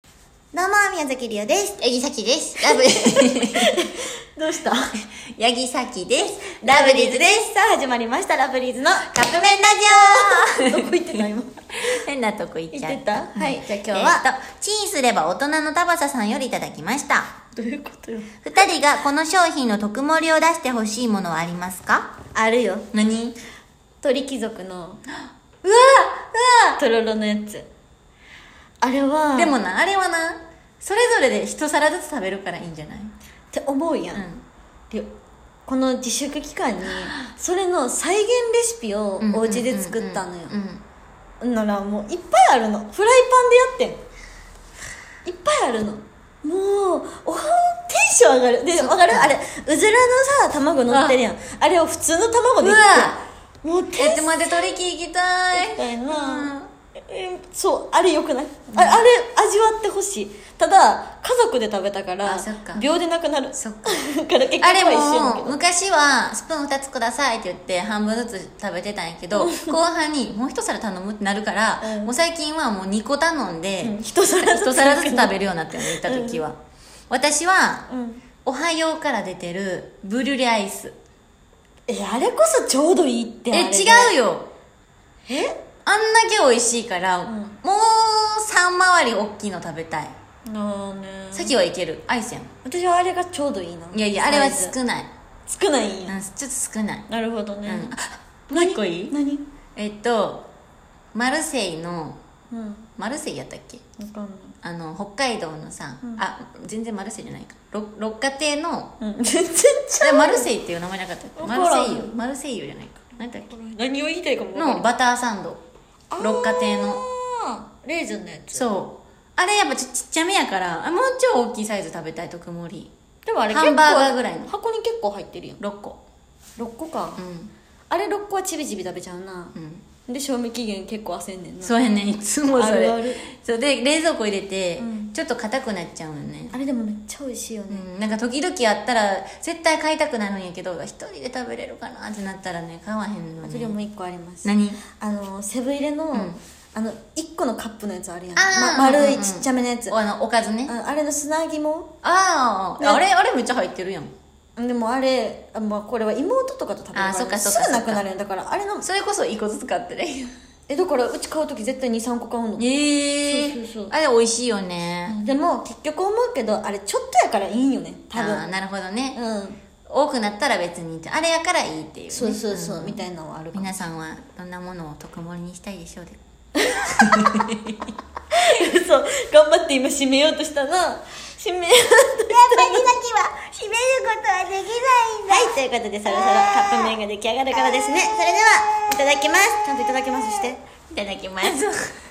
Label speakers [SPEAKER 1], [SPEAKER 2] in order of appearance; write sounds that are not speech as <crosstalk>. [SPEAKER 1] どうも、宮崎りおです。
[SPEAKER 2] ヤギサキ <laughs> です。ラブ、
[SPEAKER 1] どうした
[SPEAKER 2] ヤギサキです。
[SPEAKER 1] ラブリーズです。さあ、始まりました、ラブリーズのカップ麺ラジオどこ行ってた今。
[SPEAKER 2] 変なとこ行っちゃ
[SPEAKER 1] 行ってたはい
[SPEAKER 2] うん
[SPEAKER 1] <laughs> じゃあ今日は
[SPEAKER 2] えーとチンすれば大人のタバサさんよりいただきました。
[SPEAKER 1] どういうことよ。
[SPEAKER 2] 二人がこの商品の特盛りを出してほしいものはありますか
[SPEAKER 1] あるよ。
[SPEAKER 2] 何
[SPEAKER 1] 鳥貴族の、うわうわとろろのやつ。あれは、
[SPEAKER 2] でも
[SPEAKER 1] っ
[SPEAKER 2] な、あれはな、それぞれで一皿ずつ食べるからいいんじゃない
[SPEAKER 1] て思うやん。りょこの自粛期間に、それの再現レシピをお家で作ったのよ。
[SPEAKER 2] うんうん
[SPEAKER 1] ならもういっぱいあるのフライパンでやってんいっぱいあるのもうおはテンション上がるで上がるあれうずらのさ卵乗ってるやんあれを普通の卵でいっ
[SPEAKER 2] う
[SPEAKER 1] てもう
[SPEAKER 2] え、ちょ
[SPEAKER 1] テンシ
[SPEAKER 2] っ
[SPEAKER 1] ョン
[SPEAKER 2] と待って、取り木行きたい。
[SPEAKER 1] みたいな、
[SPEAKER 2] うん
[SPEAKER 1] えそうあれよくないああれ味わってほしいただ家族で食べたから
[SPEAKER 2] あそっか
[SPEAKER 1] 秒でなくなる
[SPEAKER 2] そっか
[SPEAKER 1] <laughs> から
[SPEAKER 2] <laughs>
[SPEAKER 1] 結局
[SPEAKER 2] あれ
[SPEAKER 1] は一緒やねんけ
[SPEAKER 2] も
[SPEAKER 1] ど
[SPEAKER 2] 昔はスプーン2つくださいって言って半分ずつ食べてたんやけど後半にもう一皿頼むってなるから、
[SPEAKER 1] うん
[SPEAKER 2] もう最近はもう2個頼んで、
[SPEAKER 1] うん一皿ずつ
[SPEAKER 2] 一皿ずつ食べるようになったよね行った時は、私は
[SPEAKER 1] うん
[SPEAKER 2] 「おはよう」から出てるブリュレアイス
[SPEAKER 1] えあれこそちょうどいいってあ
[SPEAKER 2] え
[SPEAKER 1] れで
[SPEAKER 2] 違うよ
[SPEAKER 1] え
[SPEAKER 2] あんだけ美味しいから、
[SPEAKER 1] ん
[SPEAKER 2] もう3回り大きいの食べたい
[SPEAKER 1] なあね
[SPEAKER 2] さっきはいけるアイスやん
[SPEAKER 1] 私はあれがちょうどいいない
[SPEAKER 2] いやいやあれは
[SPEAKER 1] 少
[SPEAKER 2] 少ない、
[SPEAKER 1] 少ないん
[SPEAKER 2] う
[SPEAKER 1] や、
[SPEAKER 2] ん、ちょっと少ない、
[SPEAKER 1] なるほどね
[SPEAKER 2] うん、もう一個いい
[SPEAKER 1] 何
[SPEAKER 2] えっとマルセイの
[SPEAKER 1] うん
[SPEAKER 2] マルセイやったっけ
[SPEAKER 1] 分かん
[SPEAKER 2] あの北海道のさ、
[SPEAKER 1] うん
[SPEAKER 2] あ全然マルセイじゃないかろ六花亭の
[SPEAKER 1] ない、うん、全然ち
[SPEAKER 2] あれマルセイっていう名前なかったっけ
[SPEAKER 1] わ
[SPEAKER 2] マ
[SPEAKER 1] か
[SPEAKER 2] ル
[SPEAKER 1] らん
[SPEAKER 2] セイユマルセイユじゃないか何だっけ
[SPEAKER 1] 何を言いたいかも
[SPEAKER 2] のバターサンド六花亭の
[SPEAKER 1] レーズンのやつ
[SPEAKER 2] そうあれやっぱちちっちゃめやからあもうちょい大きいサイズ食べたい特盛り
[SPEAKER 1] でもあれ
[SPEAKER 2] ハンバーガーぐらいの
[SPEAKER 1] 箱に結構入ってるよ
[SPEAKER 2] 6個
[SPEAKER 1] 6個か、
[SPEAKER 2] うん
[SPEAKER 1] あれ6個はちびちび食べちゃうな
[SPEAKER 2] う、ん
[SPEAKER 1] で賞味期限結構焦んねんな
[SPEAKER 2] そうやねいつもそれ
[SPEAKER 1] あるある
[SPEAKER 2] そうで冷蔵庫入れて、
[SPEAKER 1] うん
[SPEAKER 2] ちょっと硬くなっちゃうよね
[SPEAKER 1] あれでもめっちゃ美味しいよ
[SPEAKER 2] う
[SPEAKER 1] ね、
[SPEAKER 2] ん、なんか時々あったら絶対買いたくなるんやけど一人で食べれるかなってなったらね買わへんの
[SPEAKER 1] あとでも
[SPEAKER 2] ね
[SPEAKER 1] う1個あります
[SPEAKER 2] 何
[SPEAKER 1] あのセブン入れの、
[SPEAKER 2] ん
[SPEAKER 1] あの1個のカップのやつあるやん、
[SPEAKER 2] あー
[SPEAKER 1] ま、丸
[SPEAKER 2] う
[SPEAKER 1] い
[SPEAKER 2] んうん
[SPEAKER 1] ちっちゃめのやつ、
[SPEAKER 2] おあのおかずね
[SPEAKER 1] ああれの砂肝
[SPEAKER 2] ああ、
[SPEAKER 1] ね
[SPEAKER 2] あれあれめっちゃ入ってるやん
[SPEAKER 1] でもあれ、あまあ、これは妹とかと食べるから
[SPEAKER 2] あそっかそっ
[SPEAKER 1] す
[SPEAKER 2] か
[SPEAKER 1] ぐなくなるよだからあれの
[SPEAKER 2] それこそ一個ずつ買ってね
[SPEAKER 1] えだからうち買う時絶対23個買うの、
[SPEAKER 2] ええ
[SPEAKER 1] そうそうそう
[SPEAKER 2] あれ美味しいよね、
[SPEAKER 1] でも結局思うけどあれちょっとやからいいんよね多
[SPEAKER 2] ああ
[SPEAKER 1] 分
[SPEAKER 2] なるほどね、
[SPEAKER 1] うん
[SPEAKER 2] 多くなったら別にってあれやからいいっていう、ね、
[SPEAKER 1] そうそうそう、
[SPEAKER 2] ん
[SPEAKER 1] みたいなのはあるかも
[SPEAKER 2] 皆さんはどんなものを特盛りにしたいでしょうで
[SPEAKER 1] そう頑張って今締めようとしたな締めようと
[SPEAKER 2] 先
[SPEAKER 1] した
[SPEAKER 2] は閉めることはできない
[SPEAKER 1] はいということでそろそろカップ麺が出来上がるからですねそれではいただきますちゃんといただきますして
[SPEAKER 2] <laughs> いただきます